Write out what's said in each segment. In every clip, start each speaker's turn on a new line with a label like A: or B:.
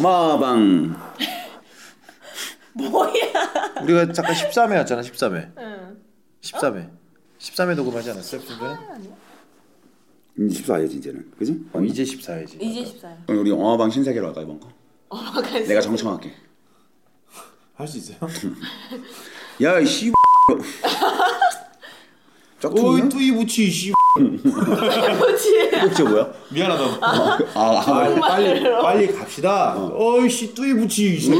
A: 어마방
B: 뭐야?
C: 우리가 잠깐 13회였잖아 13회
B: 응.
A: 어?
C: 13회 13회 녹음하지 않았어요 분들?
A: 이제 14회지 이제는 그지?
C: 어, 이제 14회지
B: 이제 14일.
A: 그럼 우리 어마방 신세계로 할까 이번 거?
B: 어마가스.
A: 내가 정청할게
C: 할 수 있어요?
A: 야이씨 짝퉁이야?
C: 오이 무치 씨
B: 뭐지?
A: 꼭지 뭐야?
C: 미안하다
A: 아, 아,
C: 빨리 빨리, 빨리 갑시다 어이 어. 씨 뚜이 무치 씨
A: 아.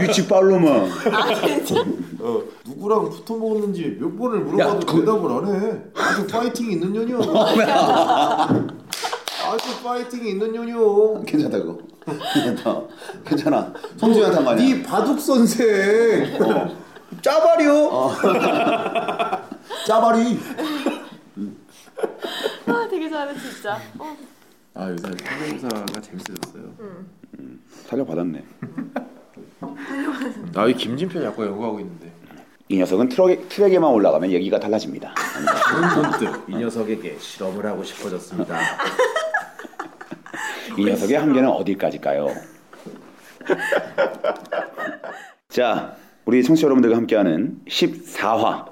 A: 유치 팔로마
B: 아 진짜?
C: 어, 누구랑 붙어 먹었는지 몇 번을
A: 야,
C: 물어봐도
A: 그-
C: 대답을 안 해. 아주 파이팅 있는 년이야. 아주 파이팅 있는 년이요.
A: 괜찮다 그거 괜찮다 괜찮아 성주한테 한 말이야 어.
C: 네 바둑 선생. 짜발이요. 짜발이.
B: 아 되게 잘해 진짜. 어.
C: 아 요새 통역사가 재밌어졌어요.
A: 살려받았네
C: 나이 김진표 자꾸 연구하고 있는데.
A: 이 녀석은 트럭에, 트랙에만 올라가면 얘기가 달라집니다
C: 문득 이 녀석에게 실험을 하고 싶어졌습니다.
A: 이 녀석의 한계는 어디까지일까요? 자, 우리 청취자 여러분들과 함께하는 14화.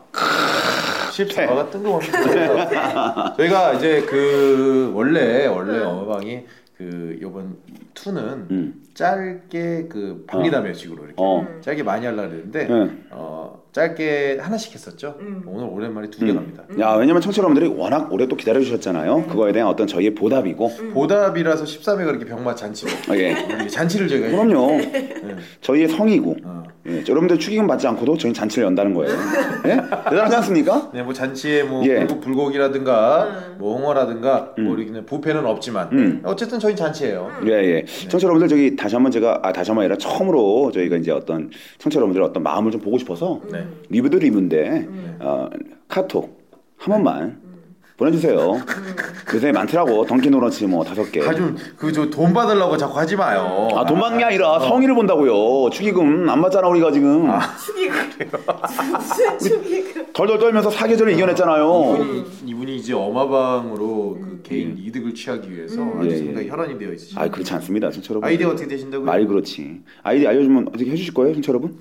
C: 14화가 아, 뜬금없는데 저희가 이제 그 원래 원래 어방이 그 요번 2는
A: 음.
C: 짧게 그 방리담회 식으로 이렇게
A: 어.
C: 짧게 많이 하려고 했는데
A: 네.
C: 어, 짧게 하나씩 했었죠.
B: 음.
C: 오늘 오랜만에 두 개 갑니다.
A: 야, 왜냐면 청취자 여러분들이 워낙 오래 또 기다려 주셨잖아요. 그거에 대한 어떤 저희의 보답이고.
C: 보답이라서 13회가 이렇게 병맛 잔치로
A: 예.
C: 이렇게 잔치를 저희가
A: 그럼요.
C: 네.
A: 저희의 성이고.
C: 어.
A: 예, 여러분들 축의금 받지 않고도 저희 는 잔치를 연다는 거예요. 예? 대단하지 않습니까?
C: 네, 뭐 잔치에 뭐
A: 예.
C: 불고, 불고기라든가
B: 음.
C: 뭐 홍어라든가 뭐 이렇게 부페는 없지만
A: 음.
C: 어쨌든 저희 잔치예요.
B: 음.
A: 예, 예. 청취자 여러분들 저기 다시 한번 제가 아, 다시 한번 아니라 처음으로 저희가 이제 어떤 청취자 여러분들의 어떤 마음을 좀 보고 싶어서
C: 네.
A: 리뷰도 리뷰인데
B: 음.
A: 어, 카톡 한 번만 보내주세요. 요새 많더라고 던킨 도너츠 뭐 다섯 개.
C: 아좀그저 돈 받으려고 자꾸 하지 마요.
B: 음.
A: 아 돈 받는 게
C: 어.
A: 아니라 성의를 본다고요. 축의금 안 맞잖아 우리가 지금
B: 축의금. 무슨 축의금?
A: 덜덜 떨면서 사계절을 이겨냈잖아요.
C: 이분이, 이분이 이제 어마방으로 그 개인 이득을 취하기 위해서
B: 음.
C: 아주
A: 음. 예, 예.
C: 상당히 혈안이 되어 있으시죠.
A: 아 그렇지 않습니다, 진짜 여러분.
C: 아이디어 어떻게 되신다고요?
A: 말 그렇지. 아이디 알려주면 어떻게 해주실 거예요, 진짜 여러분?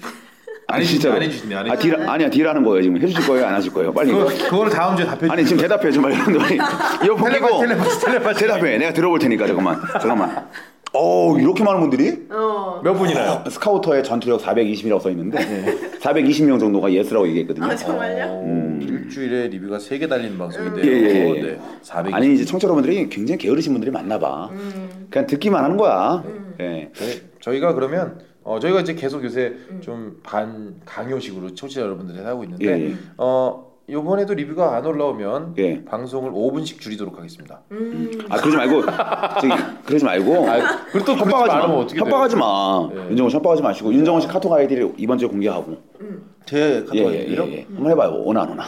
A: 아니
C: 해주시-
A: 진짜로.
C: 안 해주시네, 안
A: 아, 딜, 아니야 딜하는 거예요 지금 해주실 거예요 안 하실 거예요 빨리.
C: 그거, 그걸 다음 주에 답해
A: 아니 지금 대답해 좀 빨리 여러분들. 이어폰 끼고
C: 텔레파시 텔레파시
A: 대답해. 내가 들어볼 테니까 잠깐만 잠깐만. 어 이렇게 많은 분들이?
B: 어.
C: 몇 분이나요?
A: 스카우터의 전투력 420이라고 써 있는데 420명 정도가 예스라고 얘기했거든요.
B: 아 정말요? 음.
C: 일주일에 리뷰가 3개 달리는 방송인데
A: 음. 예, 예, 예.
C: 네, 400.
A: 아니 이제 청취자 여러분들이 굉장히 게으르신 분들이 많나 봐.
C: 음.
B: 음,
A: 그냥 듣기만 하는 거야. 예.
C: 네, 저희가 그러면 어, 저희가 이제 계속 요새
B: 음.
C: 좀 반 강요식으로 청취자 여러분들이 하고 있는데
A: 예, 예.
C: 어 이번에도 리뷰가 안 올라오면
A: 예.
C: 방송을 5분씩 줄이도록 하겠습니다.
B: 음.
A: 아 그러지 말고 저기 그러지 말고
C: 아, 그리고 또 그러지
A: 협박하지
C: 말으면
A: 마.
C: 어떻게
A: 협박하지 마.
C: 예.
A: 윤정훈 씨 협박하지 마시고 윤정훈 씨 카톡 아이디를 이번 주에 공개하고
C: 제
A: 예예예.
C: 카톡 리뷰요?
A: 한번 해봐요. 오나 안 오나.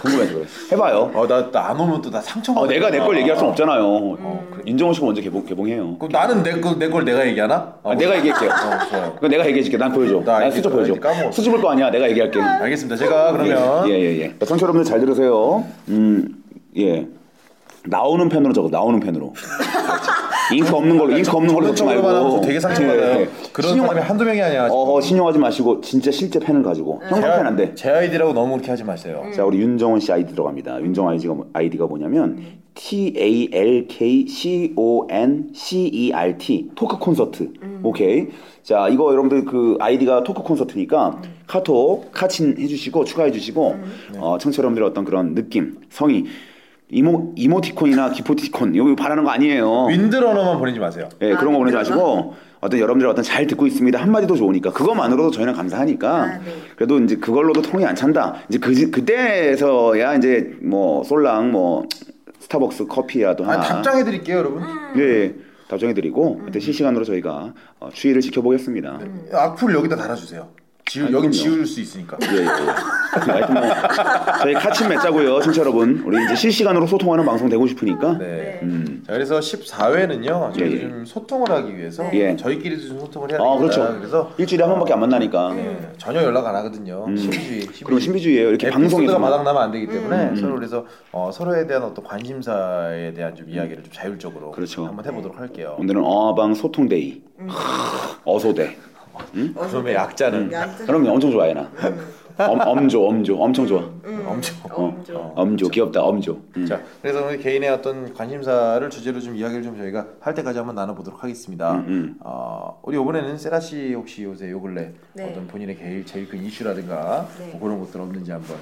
A: 궁금해서 그래. 해봐요.
C: 어나안 오면 또 나 상처.
A: 어, 내가 내 걸 얘기할 순 없잖아요.
C: 음. 어, 그래.
A: 윤정훈 씨가 먼저 개봉 개봉해요.
C: 어, 그럼 나는 내걸내걸 내가 얘기하나? 어,
A: 아, 내가 얘기할게요.
C: 어, 좋아요.
A: 그거 내가 얘기해줄게. 난 보여줘.
C: 나
A: 난
C: 알겠어.
A: 수줍 보여줘.
C: 까먹었어.
A: 수줍을 거 아니야. 내가 얘기할게. 아,
C: 알겠습니다. 제가 그러면
A: 예예예. 청취 여러분들 잘 들으세요. 음 예. 나오는 펜으로 적어. 나오는 펜으로. 잉크 없는 걸로 잉크 없는 걸로 적지
C: 정말
A: 말고.
C: 되게 상처받아요.
A: 예, 예.
C: 그런
A: 신용-
C: 사람이 한두 명이 아니야.
A: 어허 신용하지 마시고 진짜 실제 펜을 가지고.
C: 제,
A: 형광펜 안 돼. 음.
C: 제 아이디라고 너무 그렇게 하지 마세요.
A: 자 우리 윤정원 씨 아이디 들어갑니다. 윤정원 아이디가 뭐- 아이디가 뭐냐면 T A L K C O N C E R T 토크 콘서트. 오케이. 자 이거 여러분들 그 아이디가 토크 콘서트니까 카톡 카친 해주시고 추가해주시고 어, 청취 자 여러분들의 어떤 그런 느낌 성의 이모 이모티콘이나 기포티콘 이거 바라는 거 아니에요.
C: 윈드러너만 보내지 마세요.
A: 예
B: 아,
A: 그런 거 보내지
B: 그런가?
A: 마시고 어떤 여러분들의 어떤 잘 듣고 있습니다 한마디도 좋으니까 그것만으로도 저희는 감사하니까
B: 아, 네.
A: 그래도 이제 그걸로도 통이 안 찬다 이제 그 그때서야 이제 뭐 솔랑 뭐 스타벅스 커피라도
C: 아,
A: 하나
C: 답장해 드릴게요, 여러분.
A: 예, 예
B: 음.
A: 답장해드리고 그때 실시간으로 저희가 어, 추이를 지켜보겠습니다
C: 악플 여기다 달아주세요. 지울
A: 아니,
C: 여긴
A: 그럼요.
C: 지울 수 있으니까. 네.
A: 예, 예. 하여튼 뭐 저희 같이 맺자고요, 청취자 여러분. 우리 이제 실시간으로 소통하는 방송 되고 싶으니까.
C: 네.
A: 음.
C: 자 그래서 14회는요 저희
A: 예, 예.
C: 좀 소통을 하기 위해서
A: 예.
C: 저희끼리도 좀 소통을 해야 되겠다
A: 아, 그렇죠.
C: 그래서
A: 일주일에 한 번밖에 안 만나니까.
B: 음.
C: 네, 전혀 연락 안 하거든요 신비주의
A: 음. 그럼 신비주의예요. 이렇게
C: 에피소드가
A: 방송에서 만 음.
C: 바닥나면 안 되기 때문에 서로 그래서 어, 서로에 대한 어떤 관심사에 대한 좀 이야기를 좀 자율적으로
A: 그렇죠.
C: 한번 해보도록 할게요
A: 오늘은 어방 소통데이.
B: 음.
A: 하, 어소대.
B: 네.
C: 그놈의 약자는
A: 음.
B: 야,
A: 그럼요, 엄청 좋아해 나. 엄, 엄조, 엄조, 엄청 좋아.
C: 엄청
B: 음. 엄청.
C: 어.
A: 엄조, 귀엽다, 엄조. 음.
C: 자 그래서 오늘 개인의 어떤 관심사를 주제로 좀 이야기를 좀 저희가 할 때까지 한번 나눠보도록 하겠습니다
A: 음, 음.
C: 어, 우리 이번에는 세라 씨 혹시 요새 요 근래
B: 네.
C: 어떤 본인의 제일 제일 큰 이슈라든가
B: 네.
C: 뭐 그런 것들 없는지 한번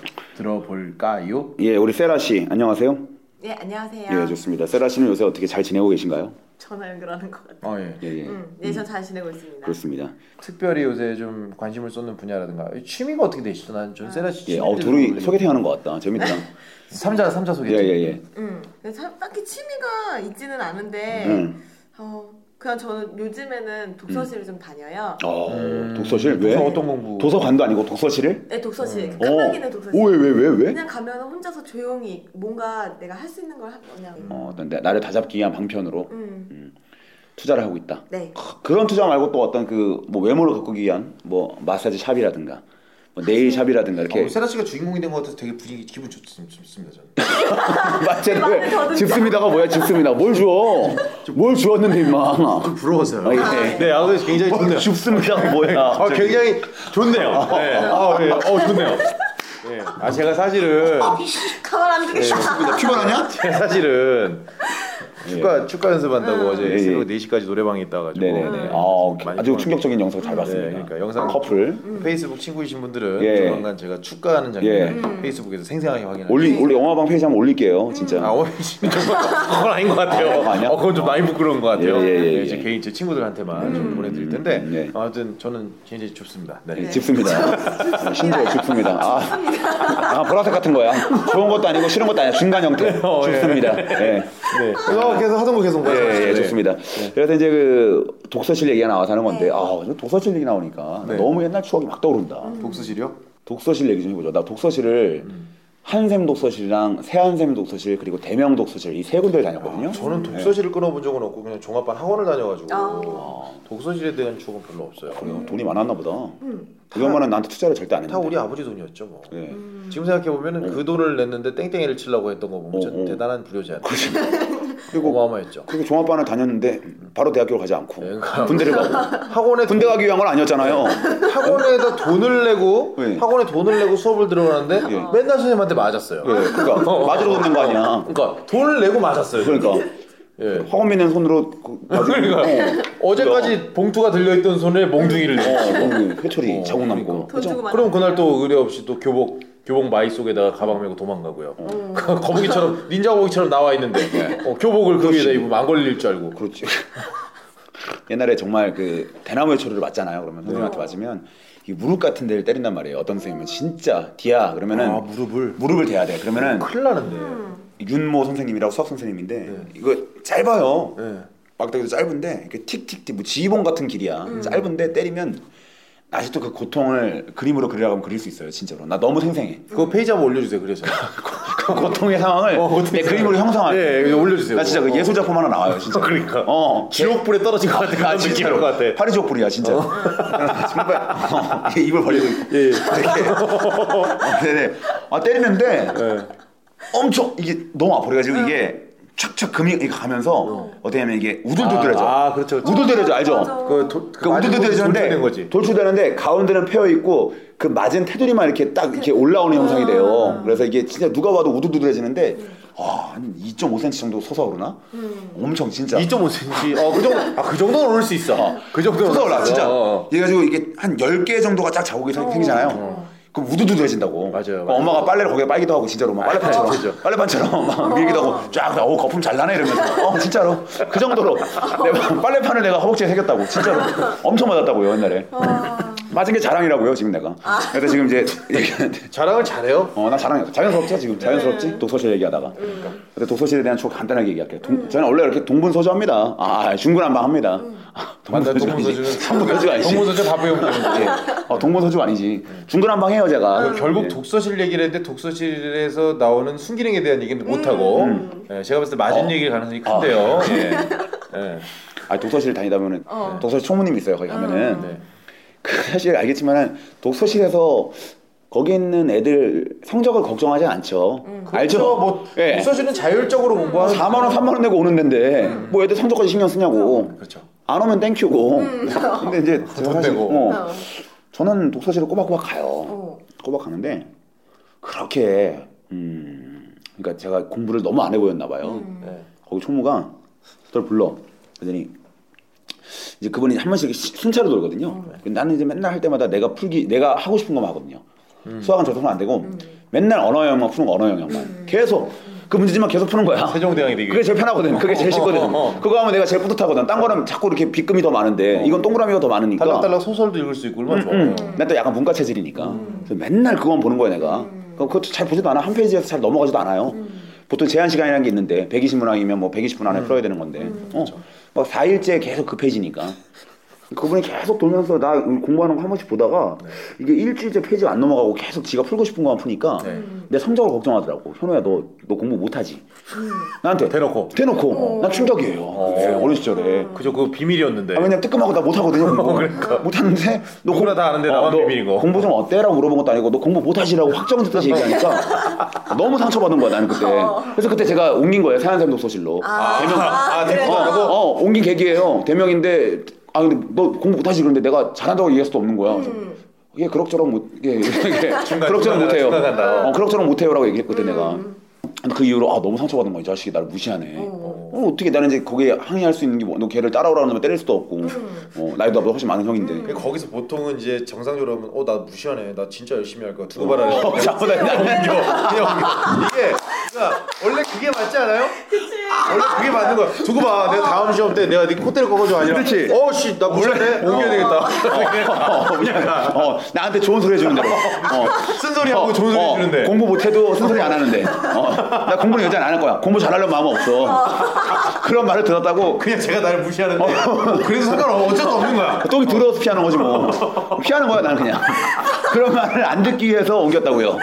C: 들어볼까요?
A: 예, 우리 세라 씨, 안녕하세요.
B: 네 안녕하세요.
A: 예, 좋습니다. 세라 씨는 요새 어떻게 잘 지내고 계신가요?
B: 전화 연결하는 것 같아요.
C: 어, 예.
A: 예, 예.
B: 음, 네저잘 지내고 있습니다.
A: 그렇습니다.
C: 특별히 요새 좀 관심을 쏟는 분야라든가 취미가 어떻게 되시죠? 난좀 세라 씨
A: 예,
C: 취미를
A: 어,
C: 좀
A: 둘이
C: 모르겠-
A: 소개팅 하는 것 같다. 재밌다.
C: 네. 삼자 삼자
A: 예,
C: 소개팅.
A: 예, 예.
B: 음, 근데 참 딱히 취미가 있지는 않은데
A: 음.
B: 어, 그냥 저는 요즘에는 독서실을 좀 다녀요.
A: 어,
C: 음,
A: 독서실? 왜?
C: 독서 어떤 공부?
A: 도서관도 아니고 독서실을?
B: 네 독서실.
A: 어.
B: 깜빡이는 독서실.
A: 오, 왜, 왜, 왜, 왜?
B: 그냥 가면 혼자서 조용히 뭔가 내가 할 수 있는 걸 하- 그냥.
A: 어, 어떤 내- 나를 다잡기 위한 방편으로
B: 음,
A: 투자를 하고 있다.
B: 네.
A: 그런 투자 말고 또 어떤 그 뭐 외모를 가꾸기 위한 뭐 마사지 샵이라든가 뭐 네일 샵이라든가
C: 어,
A: 이렇게
C: 세라 씨가 주인공이 된 것 같아서 되게 분위기 기분 좋, 좋습니다 저는.
A: 마체를
B: 마음에 더듬죠.
A: 집습니다가 뭐야 집습니다 뭘 주워 뭘 주웠는데 임마
C: 좀 부러워서요.
A: 아, 예.
C: 네, 아 근데 굉장히 좋네요.
A: 집습니다가 뭐야
C: 아, 굉장히 좋네요. 네. 아, 예. 어, 좋네요. 네. 아, 제가 사실은
B: 가만 안
A: 네.
B: 두겠다.
A: 피곤하냐?
C: 제가 사실은 축가 축가
B: 음.
C: 연습한다고
A: 예, 예.
C: 어제 새벽 4시까지 노래방에 있다 가지고
A: 네네네 아, 아주 충격적인 영상 잘 봤습니다 아,
C: 네, 그러니까 영상
A: 커플
C: 페이스북 친구이신 분들은
A: 예.
C: 조만간 제가 축가하는 장면
A: 예.
C: 을 페이스북에서 생생하게 확인할
A: 올리 올리 영화방 페이지 한번 올릴게요 진짜
C: 아, 오늘 지금 좀 그건 아닌 것 같아요.
A: 아, 그거 아니야?
C: 어, 그건 좀 많이 부끄러운 것 같아요.
A: 예, 예, 예,
C: 제
A: 예.
C: 개인 제 친구들한테만 좀 보내드릴 텐데
A: 음, 예.
C: 아무튼 저는 굉장히 좋습니다. 네.
A: 네, 집습니다 네, 심지어 집습니다 아, 아 보라색 같은 거야 좋은 것도 아니고 싫은 것도 아니야 중간 형태
C: 어, 예.
A: 좋습니다 예.
C: 네. 그래서 계속 하던 거 계속 봐요. 네.
A: 예, 예, 좋습니다. 그래서 이제 그 독서실 얘기가 나와서 하는 건데, 아, 저 독서실 얘기 나오니까
C: 네.
A: 너무 옛날 추억이 막 떠오른다.
C: 음. 독서실이요?
A: 독서실 얘기 좀 해보죠. 나 독서실을
C: 음.
A: 한샘 독서실이랑 새한샘 독서실 그리고 대명 독서실 이 세 군데를 다녔거든요.
C: 아,
A: 네.
C: 저는 독서실을 끊어본 적은 없고 그냥 종합반 학원을 다녀가지고
B: 아.
C: 독서실에 대한 추억은 별로 없어요.
A: 그래요. 돈이 많았나 보다.
B: 음.
A: 이것만은 나한테 투자를 절대 안
C: 다
A: 했는데.
C: 우리 아버지 돈이었죠 뭐.
A: 예.
C: 지금 생각해 보면은 그 돈을 냈는데 땡땡이를 치려고 했던 거 보면
A: 어,
C: 진짜
A: 어.
C: 대단한 불효자였죠.
A: 그리고
C: 어마어마했죠.
A: 그리고 종합반을 다녔는데 바로 대학교를 가지 않고
C: 네, 그러니까 네.
A: 군대를 가고
C: 학원에
A: 군대 가기 위한 건 아니었잖아요.
C: 학원에다 돈을 내고
A: 예.
C: 학원에 돈을 내고 수업을
A: 네.
C: 들어가는데 맨날 선생님한테 맞았어요.
A: 예, 그러니까 맞으러 오는 거 아니야.
C: 그러니까 돈을 내고 맞았어요.
A: 그러니까
C: 예.
A: 화원 미는 손으로 그,
C: 그러니까 어제까지 봉투가 들려있던 손에 몽둥이를
A: 그러니까. 어,
C: 냈어.
A: 어, 회초리
C: 어,
A: 자국 남고
B: 돈 주고 만.
C: 그럼 그날 또 의뢰 없이 또 교복 교복 마이 속에다가 가방 메고 도망가고요.
A: 어.
C: 음. 거북이처럼 닌자 거북이처럼 나와 있는데
A: 네.
C: 어, 교복을 그 위에다 입으면 안 걸릴 줄 알고.
A: 그렇지. 옛날에 정말 그 대나무의 초리를 맞잖아요. 그러면
C: 네.
A: 선생님한테 맞으면 이 무릎 같은 데를 때린단 말이에요. 어떤 선생님은 진짜 디야 그러면은
C: 아,
A: 네.
C: 무릎을
A: 무릎을 대야 돼. 그러면은
C: 큰일 나는데.
A: 음. 윤모 선생님이라고 수학 선생님인데
C: 네.
A: 이거 짧아요.
C: 예.
A: 막대기도 짧은데 이렇게 틱틱틱 뭐 지봉 같은 길이야.
C: 음.
A: 짧은데 때리면 아직도 그 고통을 그림으로 그리라고 하면 그릴 수 있어요. 진짜로. 나 너무 생생해.
C: 그거 페이지 한번 올려주세요. 그래서
A: 그 고통의 상황을
C: 어, 고통의
A: 내
C: 상황.
A: 그림으로 형상할.
C: 예, 예, 올려주세요.
A: 나 진짜 그
C: 어.
A: 예술 작품 하나 나와요. 진짜.
C: 그러니까.
A: 어.
C: 지옥불에 떨어진 것 같아.
A: 아
C: 그런
A: 진짜로
C: 느낌인 것 같아. 어.
A: 파리 족불이야 진짜 정말 어, 이게 입을 벌리고 있고
C: 예.
A: 어, 네네 아 때리는데
C: 예.
A: 엄청 이게 너무 아파 그래가지고 이게 촥촥 금이 이렇게 가면서 어떻게 하면 이게 우둘두들해져
C: 아, 아, 그렇죠, 그렇죠.
A: 우둘두들해져
B: 맞아.
A: 알죠
C: 그, 도,
A: 그 우둘두들해져는데
C: 는 거지.
A: 돌출되는데 가운데는 패여 있고 그 맞은 테두리만 이렇게 딱 이렇게 올라오는 형상이
C: 아.
A: 돼요 그래서 이게 진짜 누가 봐도 우둘두들해지는데 아한 2.5cm 정도 솟아오르나
C: 음.
B: 음.
A: 엄청 진짜
C: 2.5cm. 어, 그 정도. 아, 그 정도는 오를 수 있어. 그 정도는
A: 솟아올라
C: 올랐어.
A: 진짜
C: 어, 어.
A: 그래가지고 이게 한 10개 정도가 쫙 자국이 생- 생기잖아요 그럼 우두두두해진다고
C: 맞아요,
A: 그럼
C: 맞아요. 아,
A: 엄마가 빨래를 거기에 빨기도 하고 진짜로 막 빨래판처럼
C: 그죠.
A: 빨래판처럼 막 밀기도 하고 쫙어 거품 잘 나네 이러면서 어 진짜로 그
B: 어.
A: 정도로 내가 빨래판을 내가 허벅지에 새겼다고 진짜로 엄청 맞았다고요 옛날에
B: 와.
A: 맞은 게 자랑이라고요 지금 내가. 그래서 지금 이제 얘기하는데
C: 자랑을 잘해요.
A: 어 나 자랑이야. 자연스럽죠 지금 자연스럽지? 독서실 얘기하다가. 그러니까. 근데 독서실에 대한 추 간단하게 얘기할게요. 동- 저는 원래 이렇게 동분서주합니다. 아 중구난방 합니다. 아,
C: 맞다
A: 동분서주 아니지.
C: 동문서주는
A: 동분서주 아니지.
C: 동문서주 바쁘
A: 예.
C: 형.
A: 어, 동분서주 아니지. 중구난방 해요 제가.
C: 결국
A: 예.
C: 독서실 얘기를 했는데 독서실에서 나오는 순기능에 대한 얘기는 못 하고 예, 제가 봤을 때 맞은
A: 음. 어.
C: 얘기를 가능성이
A: 아.
C: 큰데요. 예. 예.
A: 아 독서실 다니다 보면은
B: 어.
A: 독서실 총무님 이 있어요 거기 가면은
C: 네.
A: 그 사실 알겠지만은 독서실에서 거기 있는 애들 성적을 걱정하지 않죠 알죠
C: 그렇죠. 뭐
A: 예.
C: 독서실은 자율적으로 공부하는
A: 4만 원 3만 원 내고 오는 데인데 뭐 애들 성적까지 신경 쓰냐고
C: 그렇죠.
A: 안 오면 땡큐고 근데 이제 제가 사실
C: 내고.
A: 어, 저는 독서실을 꼬박꼬박 가요
B: 어.
A: 꼬박 가는데 그렇게 음 그러니까 제가 공부를 너무 안 해보였나 봐요
B: 음.
C: 네.
A: 거기 총무가 저를 불러 그러더니 이제 그분이 한 번씩 이렇게 시- 순차로 돌거든요 근데 나는 이제 맨날 할 때마다 내가 풀기 내가 하고 싶은 것만 하거든요 수학은 저도 안 되고 맨날 언어 영역만 푸는 거 언어 영역만 계속 그 문제지만 계속 푸는 거야
C: 세종대왕이 되기.
A: 그게 제일 편하거든 그게 제일 쉽거든
C: 어, 어, 어.
A: 그거 하면 내가 제일 뿌듯하거든 딴 거는 자꾸 이렇게 빗금이 더 많은데 이건 동그라미가 더 많으니까
C: 달락달락 소설도 읽을 수 있고 얼마나 좋아요.
A: 음. 난또 약간 문과 체질이니까
C: 음.
A: 그래서 맨날 그건 보는 거야 내가 그럼 그것도 잘 보지도 않아 한 페이지에서 잘 넘어가지도 않아요
C: 음.
A: 보통 제한 시간이라는 게 있는데 120문항이면 뭐 120분 안에 풀어야 되는 건데
C: 음,
A: 어.
C: 그렇죠.
A: 막 4일째 계속 그 페이지니까 그분이 계속 돌면서 나 공부하는 거 한 번씩 보다가
C: 네.
A: 이게 일주일째 페이지 안 넘어가고 계속 지가 풀고 싶은 거만 푸니까
C: 네.
A: 내 성적을 걱정하더라고 현우야 너, 너 공부 못하지 나한테
C: 음. 대놓고.
A: 대놓고 난 충격이에요 그게 어린 시절에
C: 그죠 그 비밀이었는데.
A: 아, 왜냐면 뜨끔하고 나 못하거든요. 공부. 못하는데 너
C: 어, 그러니까. 누구나
A: 공- 어,
C: 다 아는데 나만
A: 너
C: 비밀이고.
A: 공부 좀 어때라고 물어본 것도 아니고 너 공부 못하시라고 확정짓듯이 얘기하니까 너무 상처받은 거야 나는 그때. 그래서 그때 제가 옮긴 거예요 사연삼 독서실로.
B: 아,
C: 대명. 아, 대명.
A: 어,
B: 그래서-
A: 어, 옮긴 계기예요. 대명인데 아 근데 너 공부 못하시 그런데 내가 잘한다고 얘기할 수도 없는 거야. 그래서 예 그럭저럭 못 예, 예, 그럭저럭
C: 중간에
A: 못해요.
C: 생각한다.
A: 어 그럭저럭 못해요라고 얘기했거든 내가. 근데 그 이후로 아 너무 상처받은 거야 이 자식이 나를 무시하네.
B: 어.
A: 어, 어떻게 나는 이제 거기에 항의할 수 있는 게 뭐, 너 걔를 따라오라는 놈을 때릴 수도 없고, 어, 나이도 나보다 훨씬 많은 형인데.
C: 근데 그러니까 거기서 보통은 이제 정상적으로 하면 어나 무시하네 나 진짜 열심히 할 거야 두고 봐라 이렇게
A: 어, 자보다
C: 옮겨 그냥 옮겨 이게 그러니까 원래 그게 맞지 않아요? 원래 그게 맞는 거야 두고 봐 내가 다음 시험 때 내가 네 콧대를 꺾어줘 아니라
A: 그렇지.
C: 어씨 나 무시하네 옮겨야 되겠다
A: 어, 그냥, 어, 나한테 좋은 소리 해주는 대로. 어.
C: 쓴소리 하고 좋은 소리
A: 어,
C: 해주는데
A: 공부 못해도 쓴소리 안 하는데. 어, 나 공부는 여전히 안할 거야. 공부 잘하려는 마음 없어. 그런 말을 들었다고
C: 그냥 제가 나를 무시하는데 그래서 상관없어 어쩔 수 없는 거야
A: 똥이 들어서 피하는 거지 뭐. 피하는 거야 나는 그냥. 그런 말을 안 듣기 위해서 옮겼다고요.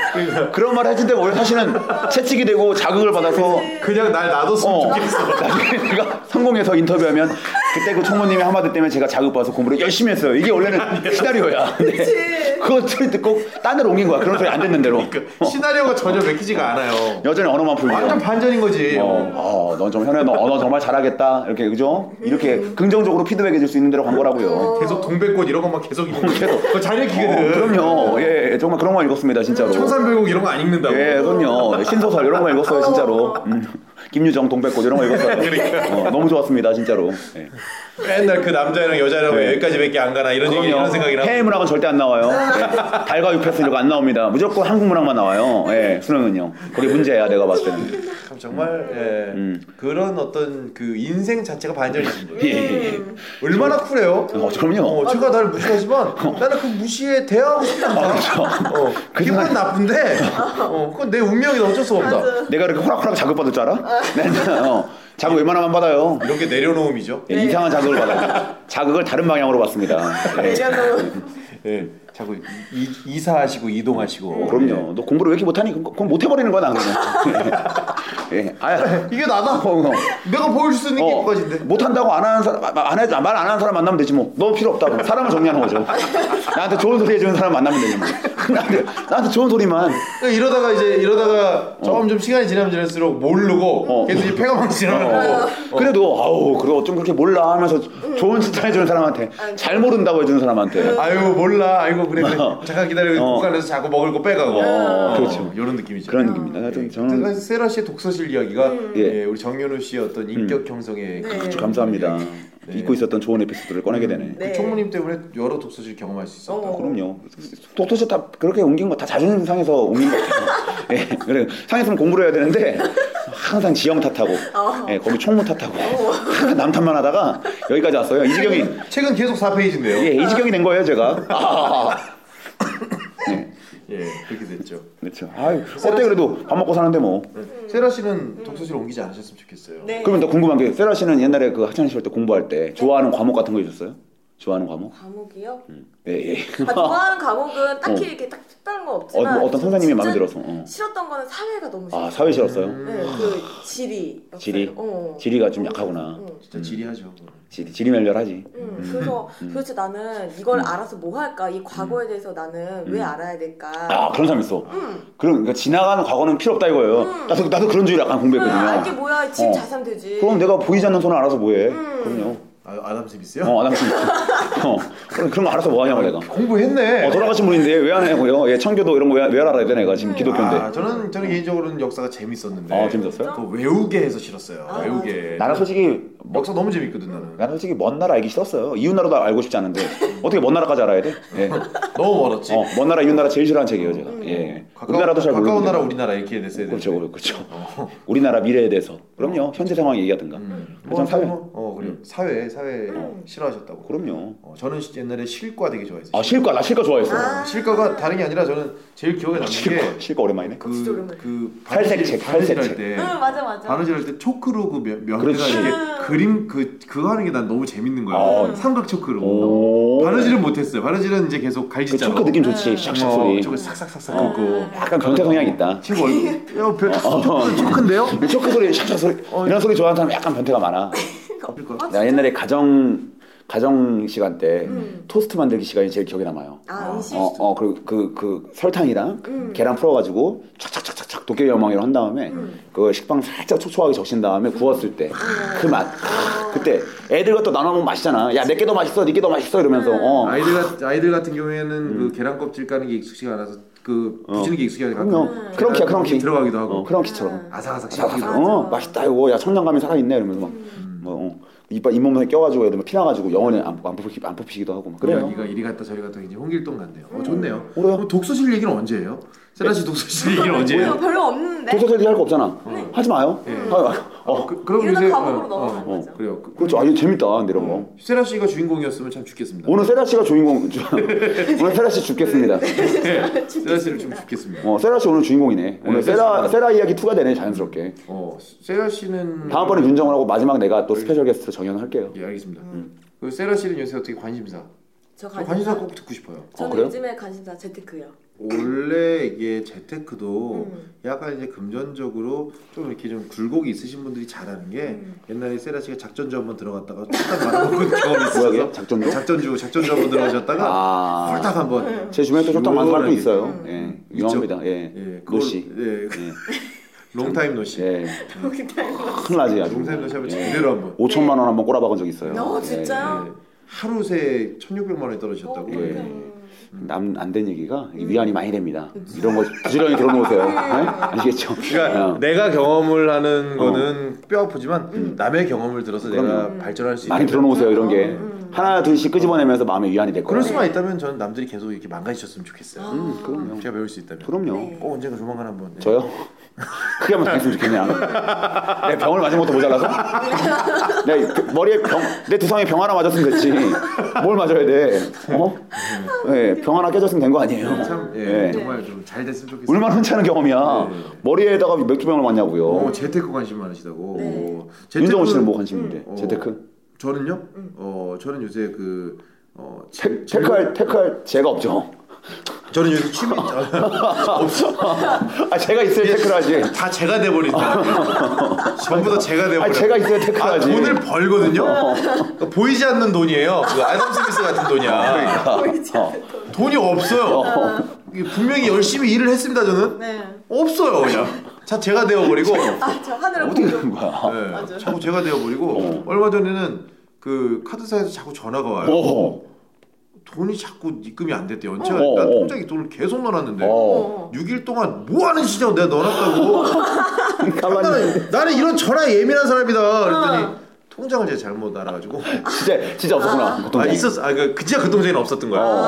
A: 그런 말을 했을 때 원래 사실은 채찍이 되고 자극을
C: 어.
A: 받아서
C: 그냥 날 놔뒀으면
A: 어.
C: 좋겠어
A: 나중에 내가 성공해서 인터뷰하면 그때 그 총무님이 한마디 때문에 제가 자극받아서 공부를 열심히 했어요. 이게 원래는 시나리오야. 근데 그거 소리 듣고 딴 데로 옮긴 거야. 그런 소리 안 듣는 대로.
C: 그러니까.
A: 어.
C: 시나리오가 전혀 맥히지가 않아요
A: 여전히 언어만 풀고.
C: 완전 반전인 거지
A: 어, 넌 좀 현우야, 너 언어 정말 잘하겠다. 이렇게, 그죠? 이렇게
C: 음.
A: 긍정적으로 피드백해 줄 수 있는 대로 간 거라고요.
C: 계속 동백꽃 이런 것만 계속 읽는
A: 계속.
C: 거
A: 어,
C: 자리기거든
A: 그럼요. 예, 정말 그런 거 읽었습니다, 진짜로.
C: 음. 청산별곡 이런 거 안 읽는다고
A: 예, 그럼요. 신소설 이런 거 읽었어요, 진짜로. 음, 김유정, 동백꽃 이런 거 읽었어요. 어, 너무 좋았습니다, 진짜로. 예.
C: 그러니까 맨날 그 남자랑 여자랑
A: 네.
C: 왜 여기까지밖에 안 가나 이런 얘기 이런 생각이라
A: 해외 문학은 절대 안 나와요. 예. 달과 육패스 이런 거 안 나옵니다. 무조건 한국 문학만 나와요. 예, 수능은요. 그게 문제야 내가 봤을 때는.
C: 참 정말 예,
A: 음.
C: 그런 어떤 그 인생 자체가 반전이신 거예요
A: 예, 예, 예.
C: 얼마나 쿨해요
A: 어, 그럼요.
C: 어, 제가 나를 무시하지만 나는 그 무시에 대항하고 싶다
A: 아,
C: 어,
A: 그
C: 기분
A: 생각-
C: 나쁜데 어, 그건 내 운명이다 어쩔 수가 없다
A: 내가 이렇게 호락호락 자극 받을 줄 알아? 내가 어, 자극 웬만하면 받아요.
C: 이런 게 내려놓음이죠
A: 예, 이상한 자극을 받아요. 자극을 다른 방향으로 받습니다. 예.
B: 내려놓은
C: 예, 자꾸 이, 이- 이사하시고 이동하시고
A: 어, 그럼요. 너 공부를 왜 이렇게 못하니? 그럼 그럼 못 해버리는 거야 나 그냥. 예. 아야.
C: 이게 나다
A: 어, 어.
C: 내가 보여줄 수 있는 게 이거까지인데
A: 못 한다고 안 하는 사람 안말안 하는 사람 만나면 되지 뭐. 너 필요 없다고. 사람을 정리하는 거죠. 나한테 좋은 소리 해주는 사람 만나면 되지 뭐. 나한테 나한테 좋은 소리만.
C: 그러니까 이러다가 이제 이러다가 조금 좀 시간이 지나면 지날수록 모르고
A: 어.
C: 계속 이제 폐가 망 지나가고
A: 어. 그래도 아우 그래 어쩜 그렇게 몰라 하면서
C: 음.
A: 좋은 칭찬 해주는 사람한테 잘 모른다고 해주는 사람한테.
C: 아유 몰라 아이고 그래 그래
A: 어.
C: 잠깐 기다려
A: 어.
C: 국간에서 자꾸 먹을 거 빼가고
A: 어, 그렇죠.
C: 이런 느낌이죠.
A: 그런 느낌입니다. 하여튼
C: 그러니까
A: 저는
C: 세라 씨의 독서실 이야기가
A: 예. 음.
C: 예, 우리 정연우 씨의 어떤 인격 형성에
B: 음. 네.
C: 큰
A: 감사합니다. 네. 잊고 있었던 좋은 에피소드를 꺼내게 음. 되네.
C: 그
B: 네.
C: 총무님 때문에 여러 독서실 경험할 수 있었다.
B: 어.
A: 아, 그럼요. 도토시 다 네. 그렇게 옮긴 거 다 자존심 상해서 옮긴 거 같아요. 예, 그래 상했으면 공부를 해야 되는데 항상 지형 탓하고
B: 어.
A: 예, 거기 총무 탓하고 항상 남 탓만 하다가 여기까지 왔어요. 이지경이
C: 책은 계속 4페이지인데요.
A: 예, 이지경이 된 거예요, 제가. 네,
C: 예, 그렇게 됐죠. 네.
A: 그렇죠. 아유, 어때 그래도 밥 먹고 사는데 뭐.
C: 세라 씨는 독서실 옮기지 않으셨으면 좋겠어요.
B: 음. 네.
A: 그러면 나 궁금한 게 세라 씨는 옛날에 그 학창 시절 때 공부할 때 좋아하는 과목 같은 거 있었어요? 좋아하는 과목?
B: 과목이요?
A: 예, 예.
B: 아, 좋아하는 과목은 딱히
A: 어.
B: 이렇게 딱 특별한 건
A: 어,
B: 없지만
A: 어떤 선생님이 마음에
B: 진짜
A: 들어서. 어.
B: 싫었던 거는 사회가 너무 싫어.
A: 아, 사회 싫었어요?
C: 음.
B: 네, 그 지리. 역사.
A: 지리?
B: 어.
A: 지리가 좀 약하구나.
B: 응.
C: 진짜 지리하죠.
A: 지리, 지리멸렬하지.
B: 응. 음. 그래서 도대체 나는 이걸
A: 음.
B: 알아서 뭐 할까? 이 과거에 대해서 나는 왜 알아야 될까?
A: 아, 그런 사람 있어.
B: 음.
A: 그럼 그러니까 지나가는 과거는 필요 없다 이거예요.
B: 음.
A: 나도 나도 그런 주의를 약간
C: 음,
B: 아, 이게
A: 공부했거든요.
B: 뭐야? 지금
A: 어.
B: 자산 되지.
A: 그럼 내가 보이지 않는 손을 알아서 뭐해?
B: 음.
A: 그럼요.
C: 아, 아담 스미스요?
A: 어, 아담스. 어, 그럼 그런 거 알아서 뭐 하냐고 내가.
C: 공부했네.
A: 어, 돌아가신 분인데 왜 안 하냐고요? 예, 청교도 이런 거 왜 알아야 돼 내가 지금
C: 아, 네.
A: 기독교인데.
C: 저는 저는 개인적으로는 역사가 재밌었는데.
A: 아, 재밌었어요?
C: 또 외우게 해서 싫었어요.
B: 아,
C: 외우게. 뭐,
A: 나는 솔직히
C: 역사 너무 재밌거든 나는.
A: 나는 솔직히 먼 나라 알기 싫었어요. 이웃 나라도 알고 싶지 않은데 어떻게 먼 나라까지 알아야 돼?
C: 음,
A: 예.
C: 너무 멀었지. 음,
A: 어, 먼 나라 이웃 나라 제일 싫어하는 책이에요 제가. 예.
C: 가까운,
A: 우리나라도 잘 모르고.
C: 가까운 나라 우리나라 이렇게 됐어야 돼.
A: 그렇죠, 그렇죠. 우리나라 미래에 대해서. 그럼요. 현재 상황 얘기하든가.
C: 어. 음.
A: 그냥 사회.
C: 뭐, 어 그래. 요 사회 사회
B: 음.
C: 싫어하셨다고.
A: 그럼요.
C: 어, 저는 시- 옛날에 실과 되게 좋아했어요.
A: 아 실과 나 실과 좋아했어. 요
B: 아.
C: 실과가 다른 게 아니라 저는 제일 기억에 남는
A: 실과 실과 오랜만이네.
B: 어, 진짜 오랜만이야.
C: 게그그
A: 탈색 책, 탈색
C: 할
A: 책.
C: 때.
B: 응, 음, 맞아 맞아.
C: 바느질 할때 초크로 그 면- 면대가
A: 그렇지.
B: 음.
C: 이렇게 그림 그 그거 하는 게 난 너무 재밌는 거야.
A: 어.
C: 삼각 초크로.
A: 오.
C: 바느질은 못했어요. 바느질은 이제 계속
A: 그
C: 갈지자로.
A: 초크 느낌 좋지. 샥샥 소리.
C: 저거 싹싹싹싹
A: 어.
C: 긁고.
A: 약간 변태 성향이 있다.
C: 친구 얼굴. 야, 별 초크인데요?
A: 이 초크 소리, 샥샥 소리 이런 소리 좋아하는 사람 약간 변태가 많아.
B: 아,
A: 내가 옛날에 가정 가정 시간 때
B: 음.
A: 토스트 만들기 시간이 제일 기억에 남아요.
B: 아, 음식.
A: 어, 어, 그리고 그, 그 설탕이랑
B: 음.
A: 계란 풀어가지고 착착착착착 도깨비 여망이로 한 다음에
B: 음.
A: 그 식빵 살짝 촉촉하게 적신 다음에 구웠을 때 그 맛.
B: 아.
A: 그때 애들과 또 나눠 먹으면 맛있잖아. 야, 내게 더 맛있어, 니게 더 맛있어 이러면서. 어. 음.
C: 아이들 같 아이들 같은 경우에는 그 계란 껍질 까는 게 익숙치가 않아서 그 부치는 게 익숙하지 않고
A: 어. 그럼요.
C: 계란
A: 크런키야, 크런키.
C: 들어가기도 하고
A: 어, 크런키처럼.
C: 아삭아삭
A: 자삭.
C: 씹히기도 하고 음.
A: 어,
B: 맞아.
A: 맛있다 이거. 야, 청량감이 살아있네 이러면서 막. 뭐, 어. 이빨 잇몸에 껴가지고 애들 막 피나가지고 영원히 안, 안, 뽑히, 안 뽑히기도 하고 막 그래요.
C: 이야기가 이리 갔다 저리 갔다 이제 홍길동 같네요.
B: 음.
C: 어, 좋네요.
A: 그래요.
C: 그럼 독서실 얘기는 언제예요? 세라 씨 독서실 얘기는
B: 별로,
C: 언제예요?
B: 별로 없는데.
A: 도서얘기 네. 할거 없잖아. 하지 마요.
C: 네.
A: 하지 마요. 어,
C: 그, 그럼
B: 이러다
C: 이제
B: 과목으로
C: 어,
B: 넘어가는
C: 어,
B: 거죠.
C: 그래요. 그,
A: 그렇죠. 아, 이거 재밌다. 근데 이런 거.
C: 세라 씨가 주인공이었으면 참 죽겠습니다.
A: 오늘 세라 씨가 주인공. 주- 오늘 세라 씨 죽겠습니다.
C: 네. 세라 씨를 좀 죽겠습니다.
A: 어, 세라 씨 오늘 주인공이네. 오늘
C: 네,
A: 세라
C: 그렇습니다.
A: 세라 이야기 2가 되네 자연스럽게.
C: 어, 세라 씨는
A: 다음번에 윤정을 하고 마지막 내가 또 스페셜 게스트로 정연할게요.
C: 예, 알겠습니다.
A: 음.
C: 그 세라 씨는 요새 어떻게 관심사?
B: 저
C: 저
B: 관심사.
C: 관심사 꼭 듣고 싶어요.
A: 어,
B: 저는
A: 그래요?
B: 요즘에 관심사 재테크요.
C: 원래 이게 재테크도
B: 음.
C: 약간 이제 금전적으로 좀 이렇게 좀 굴곡이 있으신 분들이 잘하는 게
B: 음. 옛날에
C: 옛날에 세라 씨가 작전주 한번 들어갔다가 딱 말아먹은 경험이
A: 뭐야,
C: 있어서
A: 작전도?
C: 작전주 작전주 한번 들어가셨다가
A: 아,
C: 홀딱 한번
A: 제 주변에 또 좋다 많은 사람도
C: 시원하게.
A: 있어요.
B: 음.
A: 예,
C: 있죠.
A: 유명합니다. 예,
C: 예, 그걸-
A: 노씨.
C: 예,
A: 예,
C: 롱타임 노시
A: 예,
B: 어,
A: 큰일 나지 아주.
C: 롱타임 노시 한번
A: 예.
C: 제대로 한번
A: 5천만 원 한번 꼬라박은 적 있어요. 예,
B: 진짜요?
C: 예. 하루 새 1600만 원이 떨어지셨다고
A: 예.
B: 그러니까요.
A: 남안 된 얘기가
B: 음.
A: 위안이 많이 됩니다. 이런 거 부지런히 들어놓으세요. 예? 아시겠죠?
C: 그러니까
A: 어,
C: 내가 경험을 하는
A: 어. 음.
C: 거는 뼈 아프지만 남의 경험을 들어서 내가 음.
A: 그럼요.
C: 발전할 수
A: 많이
C: 있는
A: 들어놓으세요 이런 게
B: 음.
A: 하나 둘씩 끄집어내면서 마음의 위안이 될 거예요.
C: 그럴 수만 있다면 저는 남들이 계속 이렇게 망가지셨으면
B: 아.
C: 좋겠어요.
A: 음, 그럼요.
C: 제가 배울 수 있다면.
A: 그럼요.
B: 네.
C: 꼭 언젠가 조만간 한번. 네.
A: 저요? 크게 한번 당했으면 좋겠네요. 내 병을 맞은 것도 모자라서? 내 그- 머리에 병, 내 두상에 병 하나 맞았으면 됐지. 뭘 맞아야 돼? 어? 예, 병 하나 깨졌으면 된 거 아니에요.
C: 참 예,
A: 네.
C: 정말 좀 잘 됐으면 좋겠어요.
A: 얼마나 흔찮은 경험이야.
C: 네.
A: 머리에다가 맥주병을 맞냐고요.
C: 어, 재테크 관심 많으시다고.
B: 네.
C: 어,
A: 윤정훈 씨는 뭐 관심인데?
C: 음.
A: 재테크?
C: 저는요. 어, 저는 요새 그 어,
A: 테,
C: 지-
A: 테크할, 테크할 제가 없죠.
C: 저는 요새 취미 어,
A: 아, 제가 있어야 테크를 하지.
C: 다 제가 돼버린다. 전부 다 제가 돼버려.
A: 아, 제가 어. 있어야 테크를 하지.
C: 돈을 벌거든요. 그러니까 보이지 않는 돈이에요. 그 아담 스미스 같은 돈이야.
B: 보이지
A: 어.
B: 않는 돈.
C: 돈이 없어요. 이게 분명히 열심히 일을 했습니다 저는.
B: 네.
C: 없어요 그냥. 자 제가 되어버리고.
B: 아, 저 하늘을
A: 어떻게
B: 보고.
A: 되는 거야?
C: 네,
B: 맞아요.
C: 자꾸 제가 되어버리고 얼마 전에는 그 카드사에서 자꾸 전화가 와요.
A: 어.
C: 돈이 자꾸 입금이 안 됐대 연체가
A: 어, 어,
C: 난
A: 어.
C: 통장에 돈을 계속 넣어놨는데
A: 어.
C: 6일 동안 뭐 하는 짓이냐고 내가 넣어놨다고
A: 가만히.
C: 나는, 나는 이런 전화 예민한 사람이다 그랬더니 통장을 제가 잘못 알아가지고
A: 그 진짜 진짜 없었구나. 보통
C: 아 있었어 아 그러니까 그- 진짜 그 동생은 없었던 거야
A: 어.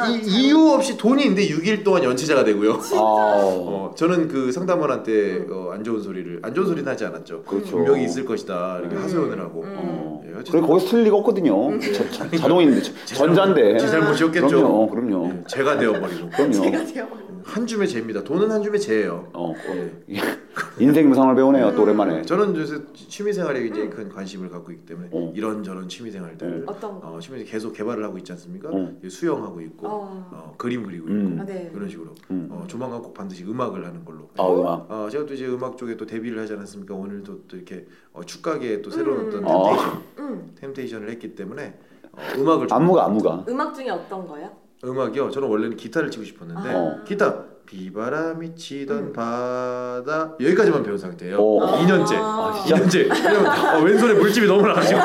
B: 아,
C: 이, 이유 없이 돈이 있는데 6일 동안 연체자가 되고요
A: 아,
C: 어, 저는 그 상담원한테 어, 안 좋은 소리를 안 좋은 소리는 하지 않았죠
A: 음. 그렇죠.
C: 분명히 있을 것이다 이렇게
B: 음.
C: 하소연을 하고
A: 어.
C: 예, 어쨌든
A: 그래 거기서 틀 리가 없거든요. 자, 자, 자동인데 전자인데.
C: 음. 제 잘못이었겠죠
A: 그럼요, 그럼요,
C: 예, 제가 되어버리고
A: 그럼요.
C: 한 줌의 죄입니다 돈은 한 줌의 죄예요
A: 어, 인생 무상을 배우네요. 또 오랜만에.
C: 저는 요새 취미생활에
A: 음.
C: 굉장히 큰 관심을 갖고 있기 때문에
A: 어.
C: 이런저런 취미생활들
A: 음.
B: 어떤 거?
C: 어, 취미 계속 개발을 하고 있지 않습니까?
A: 어.
C: 예, 수영하고 있고
B: 어.
C: 어, 그림 그리고
A: 음.
C: 있고
B: 아, 네.
C: 그런 식으로
A: 음.
C: 어, 조만간 꼭 반드시 음악을 하는 걸로
A: 아 음악.
C: 어, 제가 또 이제 음악 쪽에 또 데뷔를 하지 않았습니까? 오늘도 또 이렇게 어, 축가계에 또 새로운
B: 음.
C: 어떤
A: 어.
C: 템테이션,
B: 음.
C: 템테이션을 했기 때문에 어, 음악을 좀-
A: 안무가 안무가.
B: 음악 중에 어떤 거요?
C: 음악이요. 저는 원래는 기타를 치고 싶었는데
A: 어.
C: 기타 비바람이 치던
B: 음.
C: 바다 여기까지만 배운 상태예요.
A: 어.
C: 2년째.
B: 아,
A: 진짜?
C: 2년째. 왜냐면 어, 왼손에 물집이 너무 나가지고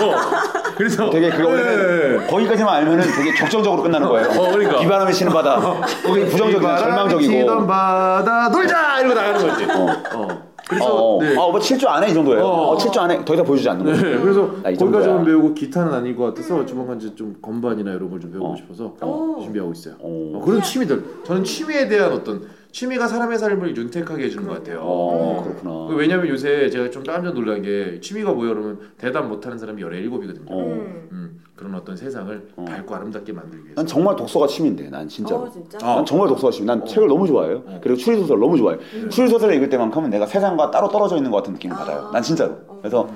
C: 그래서
A: 되게 그게
C: 예, 예,
A: 원래는
C: 예.
A: 거기까지만 알면은 되게 적정적으로 끝나는 거예요.
C: 어, 그러니까.
A: 비바람이 치는 바다. 그게 부정적이고
C: 비바람이
A: 절망적이고.
C: 치던 바다 놀자 이러고 나가는 거지. 어. 그래서
A: 어,
C: 네.
A: 아 오빠 칠 줄 아네 이 정도예요.
C: 어.
A: 어, 칠 줄 아네. 더 이상 보여주지 않는 거예요.
C: 네, 그래서
A: 나이 음. 아, 정도야.
C: 거기까지만 배우고 기타는 아닌 것 같아서 조만간 이제 좀 건반이나 이런 걸 좀 배우고
A: 어.
C: 싶어서
B: 어.
C: 준비하고 있어요.
A: 어.
C: 어, 그런 취미들. 저는 취미에 대한 어떤 취미가 사람의 삶을 윤택하게 해주는 것 같아요.
A: 어,
B: 음.
C: 그
A: 그렇구나.
C: 왜냐면 요새 제가 좀 깜짝 놀란 게 취미가 뭐야 그러면 대답 못하는 사람이 17이거든요.
A: 어.
B: 음.
C: 음, 그런 어떤 세상을
A: 어.
C: 밝고 아름답게 만들기 위해서.
A: 난 정말 독서가 취미인데, 난 진짜로.
B: 어, 진짜?
C: 아.
A: 난 정말 독서가 취미. 난
C: 어.
A: 책을 너무 좋아해요.
C: 어.
A: 그리고 추리소설 너무 좋아해요.
B: 네. 음.
A: 추리소설을 읽을 때만큼은 내가 세상과 따로 떨어져 있는 것 같은 느낌을
B: 아.
A: 받아요. 난 진짜로.
B: 어.
A: 그래서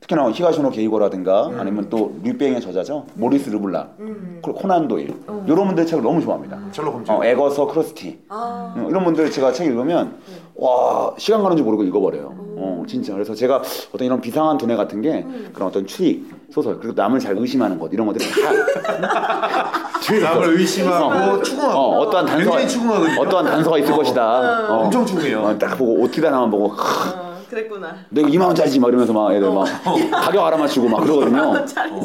A: 특히나 히가시노 게이고라든가 아니면 또 류뱅의 저자죠. 모리스 르블랑.
B: 음.
A: 그리고 코난 도일.
B: 어.
A: 이런 분들 책을 너무 좋아합니다.
C: 철로 검증.
A: 어, 에거서 크로스티.
B: 아.
A: 음, 이런 분들 제가 책 읽으면
B: 음.
A: 와 시간 가는 줄 모르고 읽어버려요. 어, 진짜 그래서 제가 어떤 이런 비상한 두뇌 같은 게
B: 음.
A: 그런 어떤 추리 소설 그리고 남을 잘 의심하는 것 이런 것들이 다
C: 남을 의심하고
A: 어.
C: 추궁하고
A: 어, 어떠한 단서가
C: 굉장히 추궁하거든요.
A: 어떠한 단서가 있을 것이다. 어.
C: 엄청 추궁해요.
A: 어, 딱 보고 옷 기다나만 보고 크,
B: 어, 그랬구나.
A: 내가 2만 원짜리지 막 이러면서 막 애들 막
C: 어.
A: 가격 알아맞히고 막 그러거든요.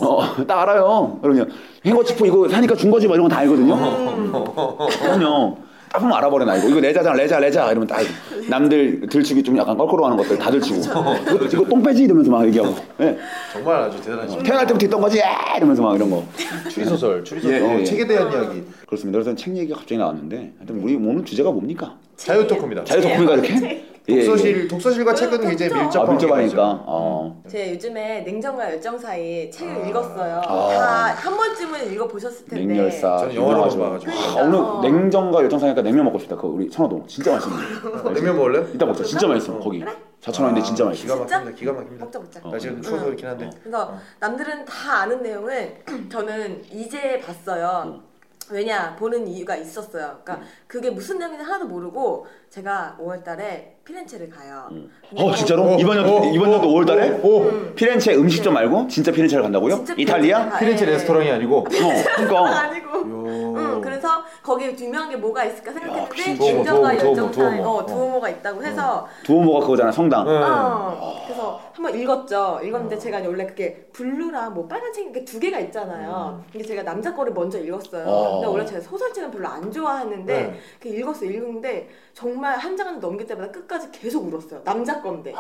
A: 어, 딱 알아요. 그러면 행거치프 이거 사니까 준 거지 막 이런 건 다 알거든요.
C: 어.
A: 그럼요. 딱 보면 알아버려 나 이거 이거 내자잖아 내자 내자 이러면 다 알고. 남들 들치기 좀 약간 껄끄러워하는 것들 다 들치고
C: 그렇죠.
A: 이거, 이거 똥 빼지 이러면서 막 얘기하고 예.
C: 정말 아주 대단하신
A: 태어날 때부터 있던 거지 야! 이러면서 막 이런 거
D: 추리소설, 추리소설.
C: 예, 어,
A: 예.
C: 책에 대한 이야기.
A: 그렇습니다 그래서 책 얘기가 갑자기 나왔는데 하여튼 우리 오늘 주제가 뭡니까?
C: 자유 토크입니다.
A: 자유 덕분인가
B: 네.
A: 이렇게? 예, 예.
C: 독서실 독서실과
B: 그
C: 책은 굉장히
B: 독점.
A: 아
C: 밀접한
A: 밀접하니까 어.
B: 제 요즘에 냉정과 열정 사이 책을
C: 아.
B: 읽었어요.
A: 아.
B: 다 한 번쯤은 읽어보셨을 텐데.
A: 냉열사
C: 저는 영화로
A: 유명하죠.
C: 봐가지고.
A: 아, 오늘
B: 어.
A: 냉정과 열정사니까 냉면 먹고 싶다 그거 우리 천호동 진짜 맛있는
C: 어, 냉면 먹을래?
A: 이따 먹자 진짜 맛있어
C: 어.
A: 거기 4천 원인데 진짜 맛있어
C: 기가 막힙니다.
B: 진짜?
C: 기가 막힙니다.
B: 먹자 먹자.
C: 나 지금 추워서 그렇긴 한데.
B: 그래서
C: 어.
B: 남들은 다 아는 내용을 저는 이제 봤어요. 왜냐 보는 이유가 있었어요. 그러니까 그게 무슨 내용인지 하나도 모르고 제가 5월달에 피렌체를 가요. 근데
A: 어
B: 거기-
A: 진짜로?
C: 어,
A: 이번 연도
C: 어,
A: 이번 연도
C: 어,
A: 5월달에? 피렌체 음식점 말고 진짜 피렌체를 간다고요?
B: 네. 진짜
A: 이탈리아?
B: 피렌체가-
C: 피렌체
B: 예.
C: 레스토랑이 아니고.
A: 어, 그러니까
B: 아니고.
C: 요.
B: 응, 그래서 거기에 유명한 게 뭐가 있을까
A: 역시
B: 생각했는데
C: 두오모,
B: 냉정과
C: 두오모,
B: 열정사의
C: 두오모.
B: 어, 두오모가 있다고 해서
A: 두오모가 그거잖아 성당.
C: 응.
B: 어, 그래서 한번 읽었죠. 읽었는데 제가 원래 그게 블루랑 뭐 빨간색 이렇게 두 개가 있잖아요. 근데 제가 남자 거를 먼저 읽었어요.
A: 어.
B: 근데 원래 제가 소설책은 별로 안 좋아하는데
C: 네.
B: 그 읽었어 읽는데 정말 한 장을 넘길 때마다 끝까지 계속 울었어요. 남자 건데.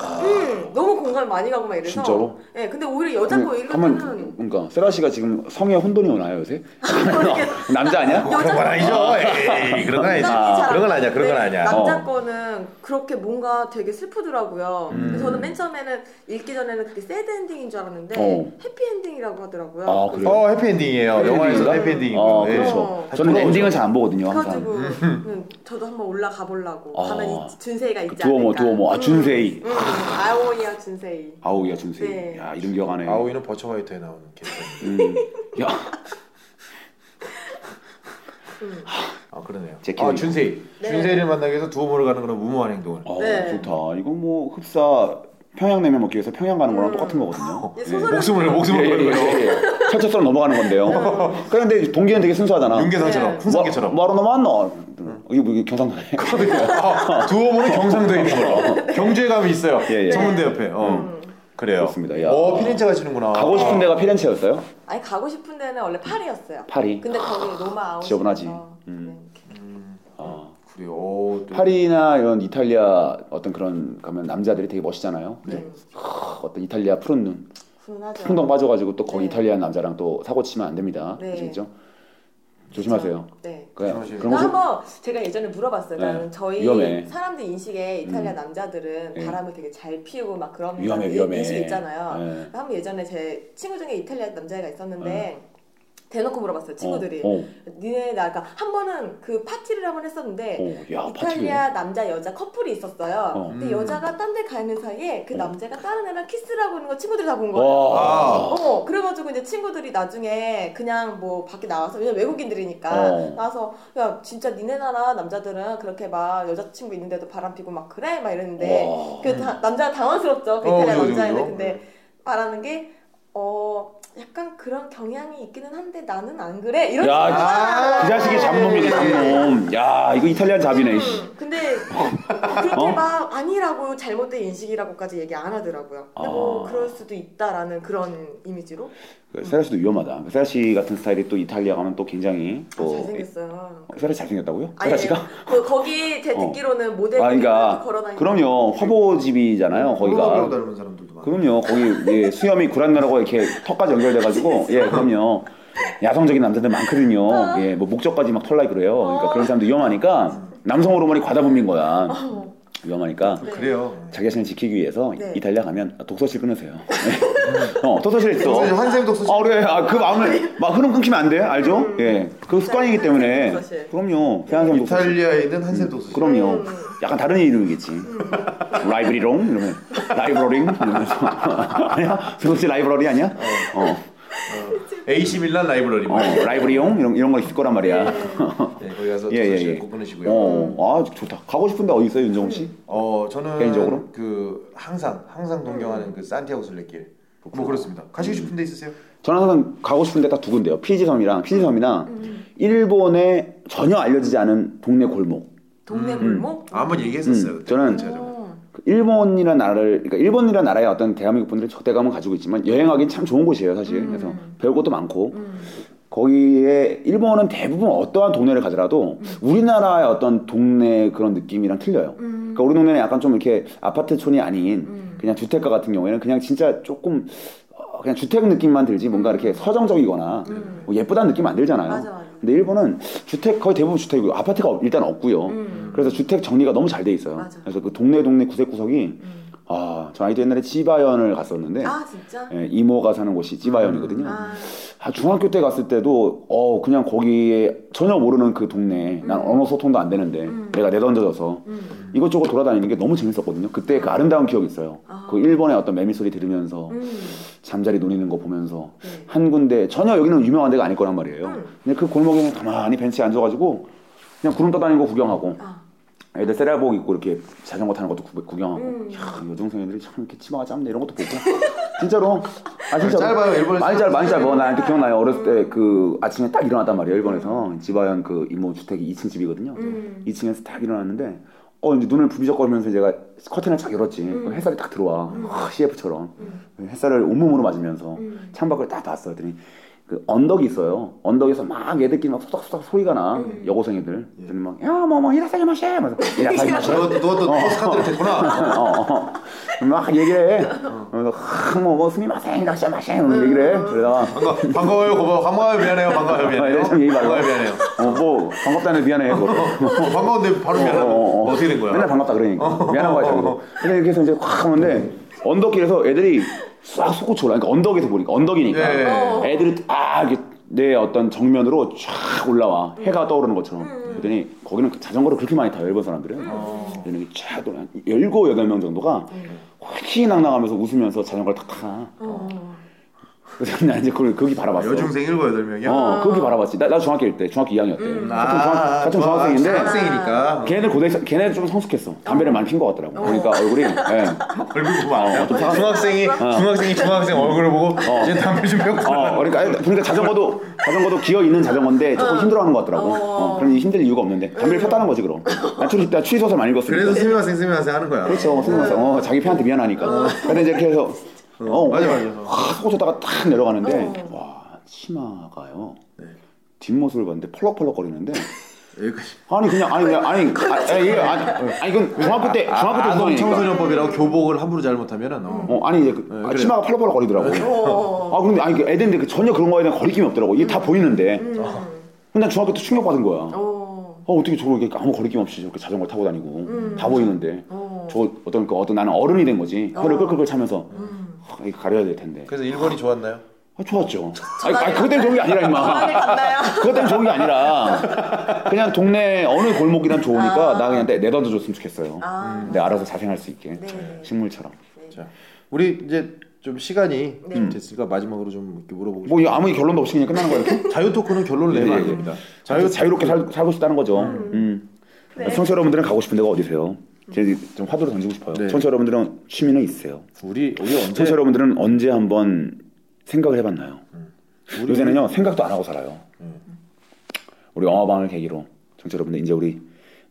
B: 음, 너무 공감 많이 가고 막 이래서.
A: 진짜로?
B: 예, 근데 오히려 여자 거
A: 그러면
B: 읽으면
A: 가만- 음, 그러니까 세라 씨가 지금 성에 혼돈이 오나요 요새? 남자 아니야?
B: 여자
C: 그런 건
B: 거
C: 아니죠. 에이, 그런 건 아니지.
A: 아,
B: 잘
C: 그런 건
B: 안
C: 아니야. 그런 건
E: 네.
B: 봤는데
C: 아니야.
B: 네, 남자
A: 어.
B: 거는 그렇게 뭔가 되게 슬프더라고요.
C: 음.
B: 그래서 저는 맨 처음에는 읽기 전에는 그게 새드 엔딩인 줄 알았는데
A: 어.
B: 해피 엔딩이라고 하더라고요.
A: 아, 그래요?
C: 어 해피엔딩이에요.
A: 해피엔딩인가?
C: 영화에서 해피엔딩이고.
A: 아
C: 예.
A: 그렇죠.
C: 다
A: 저는
C: 돌아오죠.
A: 엔딩을 잘 안 보거든요
B: 그래가지고
A: 항상.
B: 음, 저도 한번 올라가 보려고
A: 아.
B: 가면 이 준세이가 있지
A: 두오모
B: 않을까.
A: 두오모 아
B: 음.
A: 준세이
B: 음, 아오니아 준세이.
A: 아우야 준세이.
B: 네.
A: 야 이름 기억하네.
C: 아오이는 버처 화이트에 나오는 캐릭터.
A: 음. 야
B: 음.
C: 아 그러네요.
A: 제 기억이
C: 아 준세이.
B: 네.
C: 준세이를 만나기 위해서 두오모를 가는 그런 무모한 행동을.
A: 아,
B: 네.
A: 좋다. 이거 뭐 흡사 평양냉면 먹기 위해서 평양 가는 거랑
B: 음.
A: 똑같은 거거든요.
B: 이
A: 네.
B: 소설은
C: 목숨을 목숨을 걸고
A: 예, 예, 예. 철책처럼 넘어가는 건데요. 그런데 동기는 되게 순수하잖아.
C: 윤계상처럼
B: 네.
C: 풍선계처럼.
A: 뭐하러 넘어왔노? 이게 뭐 이게 경상도네.
C: 아, 두오모는 경상도에 있는 걸로. 경주에 가면 있어요.
A: 예, 예.
C: 청문대 옆에. 어.
B: 음.
C: 그래요.
A: 그렇습니다. 야.
C: 어 피렌체 가시는구나.
A: 가고 싶은 데가 피렌체였어요?
B: 아니 가고 싶은 데는 원래 파리였어요.
A: 파리.
B: 근데 거기 로마 네, 아오니.
A: 지저분하지. 음.
C: 아, 그래요. 오, 또-
A: 네. 파리나 이런 이탈리아 어떤 그런 가면 남자들이 되게 멋있잖아요.
B: 네.
A: 크, 어떤 이탈리아 푸른 눈.
B: 훈훈하죠.
A: 풍덩 빠져가지고 또 거기
B: 네.
A: 이탈리아 남자랑 또 사고 치면 안 됩니다.
B: 네.
A: 아시겠죠? 조심하세요.
B: 네.
A: 그래,
E: 조심하세요.
A: 그런
B: 나
A: 거
B: 한번 제가 예전에 물어봤어요.
A: 네.
B: 나는 저희
A: 위험해.
B: 사람들 인식에 이탈리아
A: 음.
B: 남자들은
A: 예.
B: 바람을 되게 잘 피우고 막 그런
A: 위험해,
B: 인-
A: 위험해.
B: 인식이 있잖아요.
A: 예.
B: 한번 예전에 제 친구 중에 이탈리아 남자애가 있었는데 대놓고 물어봤어요. 그
A: 네.
B: 친구들이
A: 어, 어,
B: 니네 나 그러니까 한 번은 그 파티를 한 번 했었는데
A: 어, 야 파티.
B: 이탈리아 남자 여자 커플이 있었어요.
A: 어.
B: 근데
E: 음.
B: 여자가 딴 데 가는 사이에 그
A: 어.
B: 남자가 다른 애랑 키스를 하고 있는 거 친구들이 다 본 거예요.
A: 와.
B: 어, 그래가지고 이제 친구들이 나중에 그냥 뭐 밖에 나와서, 왜냐면 외국인들이니까,
A: 어.
B: 나와서, 야, 진짜 니네 나라 남자들은 그렇게 막 여자친구 있는데도 바람 피고 막 그래? 막 이랬는데,
A: 와. 음.
B: 그 다- 남자는 당황스럽죠. 그
E: 어,
B: 이탈리아
E: 그죠,
B: 남자인데.
E: 그죠.
B: 근데 말하는 게, 어, 약간 그런 경향이 있기는 한데 나는 안 그래? 이런
A: 야,
B: 식으로 말하는
A: 그
B: 거예요.
A: 자식이 잡놈이네 잡놈. 야 이거 이탈리안 잡이네. 씨.
B: 아, 음, 근데 그렇게
A: 어?
B: 막 아니라고 잘못된 인식이라고까지 얘기 안 하더라고요. 근데 뭐
A: 아.
B: 그럴 수도 있다라는 그런 이미지로
A: 그 세라 씨도 위험하다. 세라 씨 같은 스타일이 또 이탈리아 가면 또 굉장히
B: 아,
A: 또
B: 잘생겼어요.
A: 어, 세라 씨 잘생겼다고요?
B: 아니,
A: 세라 씨가?
B: 그, 거기 제
A: 어.
B: 듣기로는 모델
A: 아
B: 분들도
A: 그러니까
B: 걸어다니는
A: 그럼요 화보집이잖아요
E: 거기가
A: 거기가.
E: 닮은 사람들도 많아.
A: 그럼요 거기 예, 수염이 구란나라고 이렇게 턱까지 연결돼가지고 예 그럼요 야성적인 남자들 많거든요 예뭐 목젖까지 막 털나 그래요 그러니까 그런 사람도 위험하니까 남성 호르몬이 과다분비인 거야 위험하니까
B: 네.
E: 그래요.
A: 자기 자신을 지키기 위해서
B: 네.
A: 이탈리아 가면 독서실 끊으세요. 어, 독서실 있어.
E: 독서실, 한샘 독서실.
A: 아, 그래. 아, 그 마음을, 막 흐름 끊기면 안 돼. 알죠? 예. 그 습관이기 때문에.
B: 독서실.
A: 그럼요. 세한샘 독서실.
E: 이탈리아에 있는 한샘 독서실.
A: 그렇죠. 그럼요.
B: 음.
A: 약간 다른 이름이겠지.
E: 음.
A: 라이브리롱? 이러면. 라이브러링? 이러면서. 아니야? 독서실 라이브러리 아니야?
E: 음.
A: 어.
E: AC 밀란 라이브러리.
A: 어. 라이브리용? 이런, 이런 거 있을 거란 말이야.
E: 네, 거기 가서
A: 예, 예,
E: 독서실
A: 예.
E: 꼭 끊으시고요.
C: 음.
A: 어. 아, 좋다. 가고 싶은데 어디 있어요, 윤정훈 씨?
E: 어 저는
A: 개인적으로?
E: 그 항상 항상 동경하는 그 산티아고 순례길 뭐 그렇습니다 가시고 싶은 데 있으세요?
A: 저는 항상 가고 싶은 데딱 두 군데요. 피지섬이랑 피지섬이나
B: 음.
A: 일본의 전혀 알려지지 않은 동네 골목.
B: 동네
E: 음,
B: 골목?
E: 한번 얘기했었어요
A: 음,
E: 그때.
A: 저는
E: 제가.
A: 그 일본이라는 나라를 그러니까 일본이라는 나라의 어떤 대한민국 분들이 적대감은 가지고 있지만 여행하기는 참 좋은 곳이에요, 사실.
B: 음.
A: 그래서 배울 것도 많고
B: 음.
A: 거기에 일본은 대부분 어떠한 동네를 가더라도 우리나라의 어떤 동네 그런 느낌이랑 틀려요.
B: 음.
A: 그러니까 우리 동네는 약간 좀 이렇게 아파트촌이 아닌
B: 음.
A: 그냥 주택가 같은 경우에는 그냥 진짜 조금 어, 그냥 주택 느낌만 들지 뭔가 이렇게 서정적이거나
B: 음.
A: 뭐 예쁘다는 느낌 안 들잖아요.
B: 맞아, 맞아.
A: 근데 일본은 주택 거의 대부분 주택이고 아파트가 없- 일단 없고요.
B: 음.
A: 그래서 주택 정리가 너무 잘 돼 있어요.
B: 맞아.
A: 그래서 그 동네 동네 구석구석이
B: 음.
A: 아, 저 아이도 옛날에 지바현을 갔었는데
B: 아, 진짜?
A: 예, 이모가 사는 곳이 지바현이거든요.
B: 아,
A: 아, 중학교 때 갔을 때도 어 그냥 거기에 전혀 모르는 그 동네 난
B: 음.
A: 언어 소통도 안 되는데
B: 음.
A: 내가 내던져져서
B: 음.
A: 이것저것 돌아다니는 게 너무 재밌었거든요. 그때 그 아름다운 기억이 있어요.
B: 아.
A: 그 일본의 어떤 매미 소리 들으면서
B: 음.
A: 잠자리 노리는 거 보면서
B: 네.
A: 한 군데 전혀 여기는 유명한 데가 아닐 거란 말이에요.
B: 음.
A: 근데 그 골목에 가만히 벤치에 앉아가지고 그냥 구름 떠다니고 구경하고
B: 아,
A: 애들 세라복 입고 이렇게 자전거 타는 것도 구- 구경하고
B: 음.
A: 어. 야, 여중생 애들이 참 이렇게 치마가 짧네 이런 것도 보고 진짜로 아 진짜로
E: 짧아요, 일본에서.
A: 많이 짧아 많이 짧아 나 그때 기억나요 어렸을 때 그 아침에 딱 일어났단 말이에요 일본에서 지바현 그 이모 주택이 2층 집이거든요
B: 음.
A: 2층에서 딱 일어났는데 어 이제 눈을 부비적거리면서 제가 커튼을 착 열었지
B: 음.
A: 그럼 햇살이 딱 들어와 CF처럼
B: 음.
A: 햇살을 온몸으로 맞으면서
B: 음.
A: 창밖을 딱 봤어요 그랬더니 그 언덕이 있어요 언덕에서 막 애들끼리 막 소닥소닥 소리가 나
B: 음.
A: 여고생 애들
E: 예.
A: 그랬더니 막야뭐뭐 이라사기 마시 하면서 이라사기 마시
E: 너너또 포스카드를 됐구나
A: 어, 어. 막 얘기를 해. 그래서 뭐뭐 스미마셍 낚시 마셍
B: 음.
A: 이런 얘기를 해. 그러다가
E: 반가, 반가워요 고마워 반가워요 미안해요 반가워요 미안해요
A: 이래 참 아, 예의 바르고.
E: 반가워요 미안해요
A: 어뭐 반갑다네 미안해. 뭐.
E: 어, 반가운데 바로 미안하고 어, 떻게된 거야? 어,
A: 맨날 반갑다 그러니까 미안한 거야 자기도. 근데 이렇게 해서 이제 확 하는데 언덕길에서 애들이 싹 솟구쳐 올라. 그러니까 언덕에서 보니까 언덕이니까
E: 예.
B: 어.
A: 애들이 딱 이렇게 내 어떤 정면으로 쫙 올라와 해가 떠오르는 것처럼.
B: 음.
A: 그랬더니 거기는 자전거를 그렇게 많이 타요 일본 사람들은.
E: 어.
A: 그랬더니 쫙 돌아 열고 여덟 명 정도가 휘 낭낭하면서 웃으면서 자전거를 탁 타.
B: 어.
A: 그래서 나 이제 그걸 거기 바라봤어.
E: 아, 여중생 일곱 여덟 명이야. 아,
A: 어, 거기 바라봤지. 나, 나 중학교 일 때, 중학교 2학년 때.
B: 음.
A: 같은, 중학, 같은 중학생인데, 어.
E: 중학생이니까
A: 걔네들 고대, 걔네들 좀 성숙했어. 담배를 많이 핀 것 같더라고. 그러니까 얼굴이, 예.
E: 얼굴 보면 알아요.
A: 어, 좀 사가-
E: 중학생이 중학생이 중학생 얼굴을 보고 이제 담배 좀 피웠구나.
A: 어, 그러니까, 아니, 그러니까 자전거도, 자전거도 기어 있는 자전거인데 조금 힘들어하는 것 같더라고.
B: 어.
A: 어, 그럼 힘들 이유가 없는데. 담배를 폈다는 거지, 그럼. 나 추리, 나 추리소설 많이 읽었으니까.
E: 그래서 스미마생 스미마생 하는 거야.
A: 그렇죠. 생각났어. 어, 자기 팬한테 미안하니까. 근데 이제 이렇게 해서, 어,
E: 맞아, 맞아.
A: 확 솟았다가 탁 내려가는데, 와, 치마가요. 뒷모습을 봤는데 펄럭펄럭 거리는데
E: 여기까지.
A: 아니 그냥 아니 그냥 아니 아, 아니 이게 아니 아니 이건 중학교 때 중학교 때
E: 아, 아동
A: 구성이니까.
E: 청소년법이라고 교복을 함부로 잘못하면은
B: 음.
E: 어.
A: 어 아니 이제 그, 아,
E: 그래요.
A: 치마가 펄럭펄럭 거리더라고.
B: 어.
A: 아 근데 아니 그 애들인데 그 전혀 그런 거에 대한 거리낌이 없더라고. 이게 다 보이는데.
E: 어.
A: 근데 난 중학교 때 충격 받은 거야. 어.
B: 음. 어.
A: 어떻게 저거 이렇게 아무 거리낌 없이 저렇게 자전거 를 타고 다니고 다 보이는데
B: 어.
A: 저거 어떤 그 어떤 나는 어른이 된 거지. 혀를
B: 어.
A: 끌끌끌 차면서 하, 이거 가려야 될 텐데.
E: 그래서 일본이 좋았나요?
A: 아, 좋았죠. 아니, 아니 그것 때문에 좋은 게 아니라
B: 전화를
A: 임마.
B: 갔나요?
E: 음.
A: 그것 때문에 좋은 게 아니라 그냥 동네 어느 골목이란 좋으니까 나 그냥 내- 내던져 줬으면 좋겠어요.
B: 아.
A: 내 알아서 자생할 수 있게
B: 네.
A: 식물처럼.
E: 자, 우리 이제 좀 시간이
B: 네.
E: 좀 됐으니까 마지막으로 좀 이렇게 물어보고
A: 뭐 이거 아무 결론도 없이 그냥 끝나는 거야 이렇게?
E: 싶어요. 자유 토크는 결론을 내면 안
A: 네.
E: 됩니다.
A: 자유 자유롭게 살, 살고 싶다는 거죠. 음.
B: 네.
A: 청취자 여러분들은 가고 싶은 데가 어디세요? 제가 좀 화두로 던지고 싶어요.
E: 음. 네.
A: 청취자 여러분들은 취미는 있어요.
E: 우리 우리 언제
A: 청취자 여러분들은 언제 한번 생각을 해봤나요?
E: 음. 우리-
A: 요새는요 생각도 안 하고 살아요.
E: 음.
A: 우리 영화방을 계기로 청취자 여러분들 이제 우리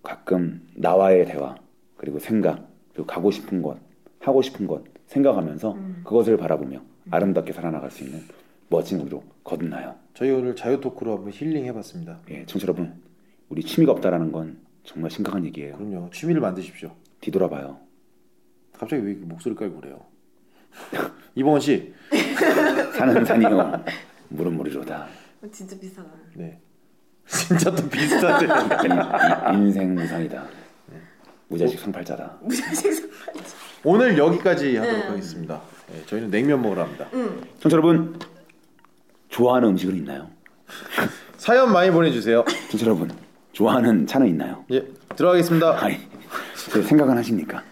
A: 가끔 나와의 대화 그리고 생각 그리고 가고 싶은 것 하고 싶은 것 생각하면서
E: 음.
A: 그것을 바라보며 아름답게 살아나갈 수 있는 멋진 우리로 거듭나요.
E: 저희 오늘 자유 토크로 한번 힐링 해봤습니다.
A: 예, 청취자 여러분 우리 취미가 없다라는 건 정말 심각한 얘기예요.
E: 그럼요. 취미를 만드십시오.
A: 뒤돌아봐요.
E: 갑자기 왜 이렇게 목소리 깔고 그래요? 이봉원 씨,
A: 사는 산이요 물은 물이로다.
B: 어, 진짜 비싸다.
E: 네, 진짜 또 비슷한데.
A: 이- 이- 인생 무상이다. 예, 무자식 상팔자다.
B: 무자식 상
E: 오늘 여기까지 하도록
B: 네.
E: 하겠습니다. 네, 저희는 냉면 먹으러 합니다.
A: 청취자 여러분 좋아하는 음식은 있나요?
E: 사연 많이 보내주세요.
A: 청취자 여러분 좋아하는 차는 있나요?
E: 예, 들어가겠습니다.
A: 아니 제 생각은 하십니까?